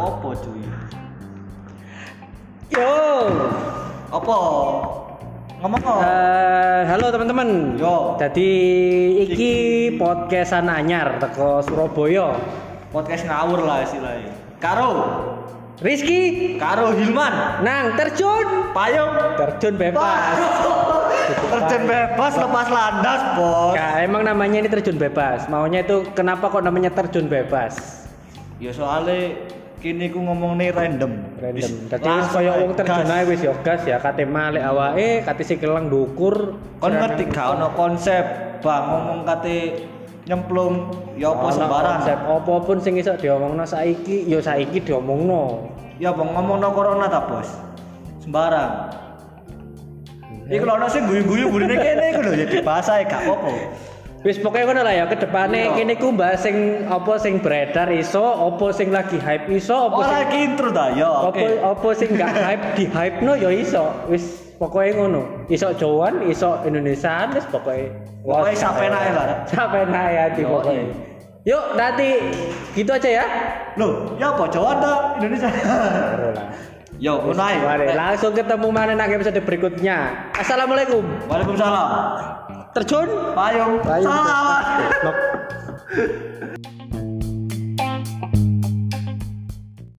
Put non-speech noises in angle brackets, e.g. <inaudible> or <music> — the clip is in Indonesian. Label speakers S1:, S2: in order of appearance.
S1: opo cuy yo opo ngomong kok
S2: Eh, halo teman-teman.
S1: Yo.
S2: Jadi iki podcast Anyar teko Surabaya.
S1: podcast ngawur lah istilahnya karo
S2: Rizky
S1: karo Hilman
S2: nang terjun.
S1: payung
S2: Terjun bebas.
S1: terjun bebas lepas landas bos
S2: Nah, emang namanya ini terjun bebas. Maunya itu kenapa kok namanya terjun bebas?
S1: ya soalnya kini ku ngomong nih random
S2: Random.
S1: Wis,
S2: Tadi wis koyo
S1: langsung
S2: wong terjun
S1: gas.
S2: ae wis yo gas ya kate malik awake, kate sikelang dukur.
S1: kon ngerti gak ono konsep bang ngomong kate nyemplung ya apa
S2: Ono
S1: sembarang
S2: Konsep opo pun sing iso diomongno saiki, yo saiki diomongno.
S1: ya bang ngomong no corona ta bos sembarang Iku lho ono sing guyu-guyu burine kene iku lho ya dibahas ae gak apa-apa.
S2: Wis pokoknya ngono lah ya ke depane
S1: Iya.
S2: kene ku bahas sing apa sing beredar iso, apa sing lagi hype iso, apa sing
S1: Ora iki intro ta ya.
S2: apa
S1: Oke.
S2: apa sing gak hype di hype no ya iso. Wis pokoknya ngono. Iso Jawaan, iso Indonesiaan wis pokoknya.
S1: Pokoke
S2: Wos.
S1: sampe nae lah.
S2: Sampai naik hati
S1: Yoi.
S2: pokoknya. Yuk, nanti gitu aja ya.
S1: Lho, ya apa Jawa ta Indonesia? <laughs> Yo, ngono ae.
S2: Mari, langsung ketemu mana nang episode berikutnya. Assalamualaikum.
S1: Waalaikumsalam.
S2: Terjun.
S1: Payung.
S2: Ayo.
S1: Salam.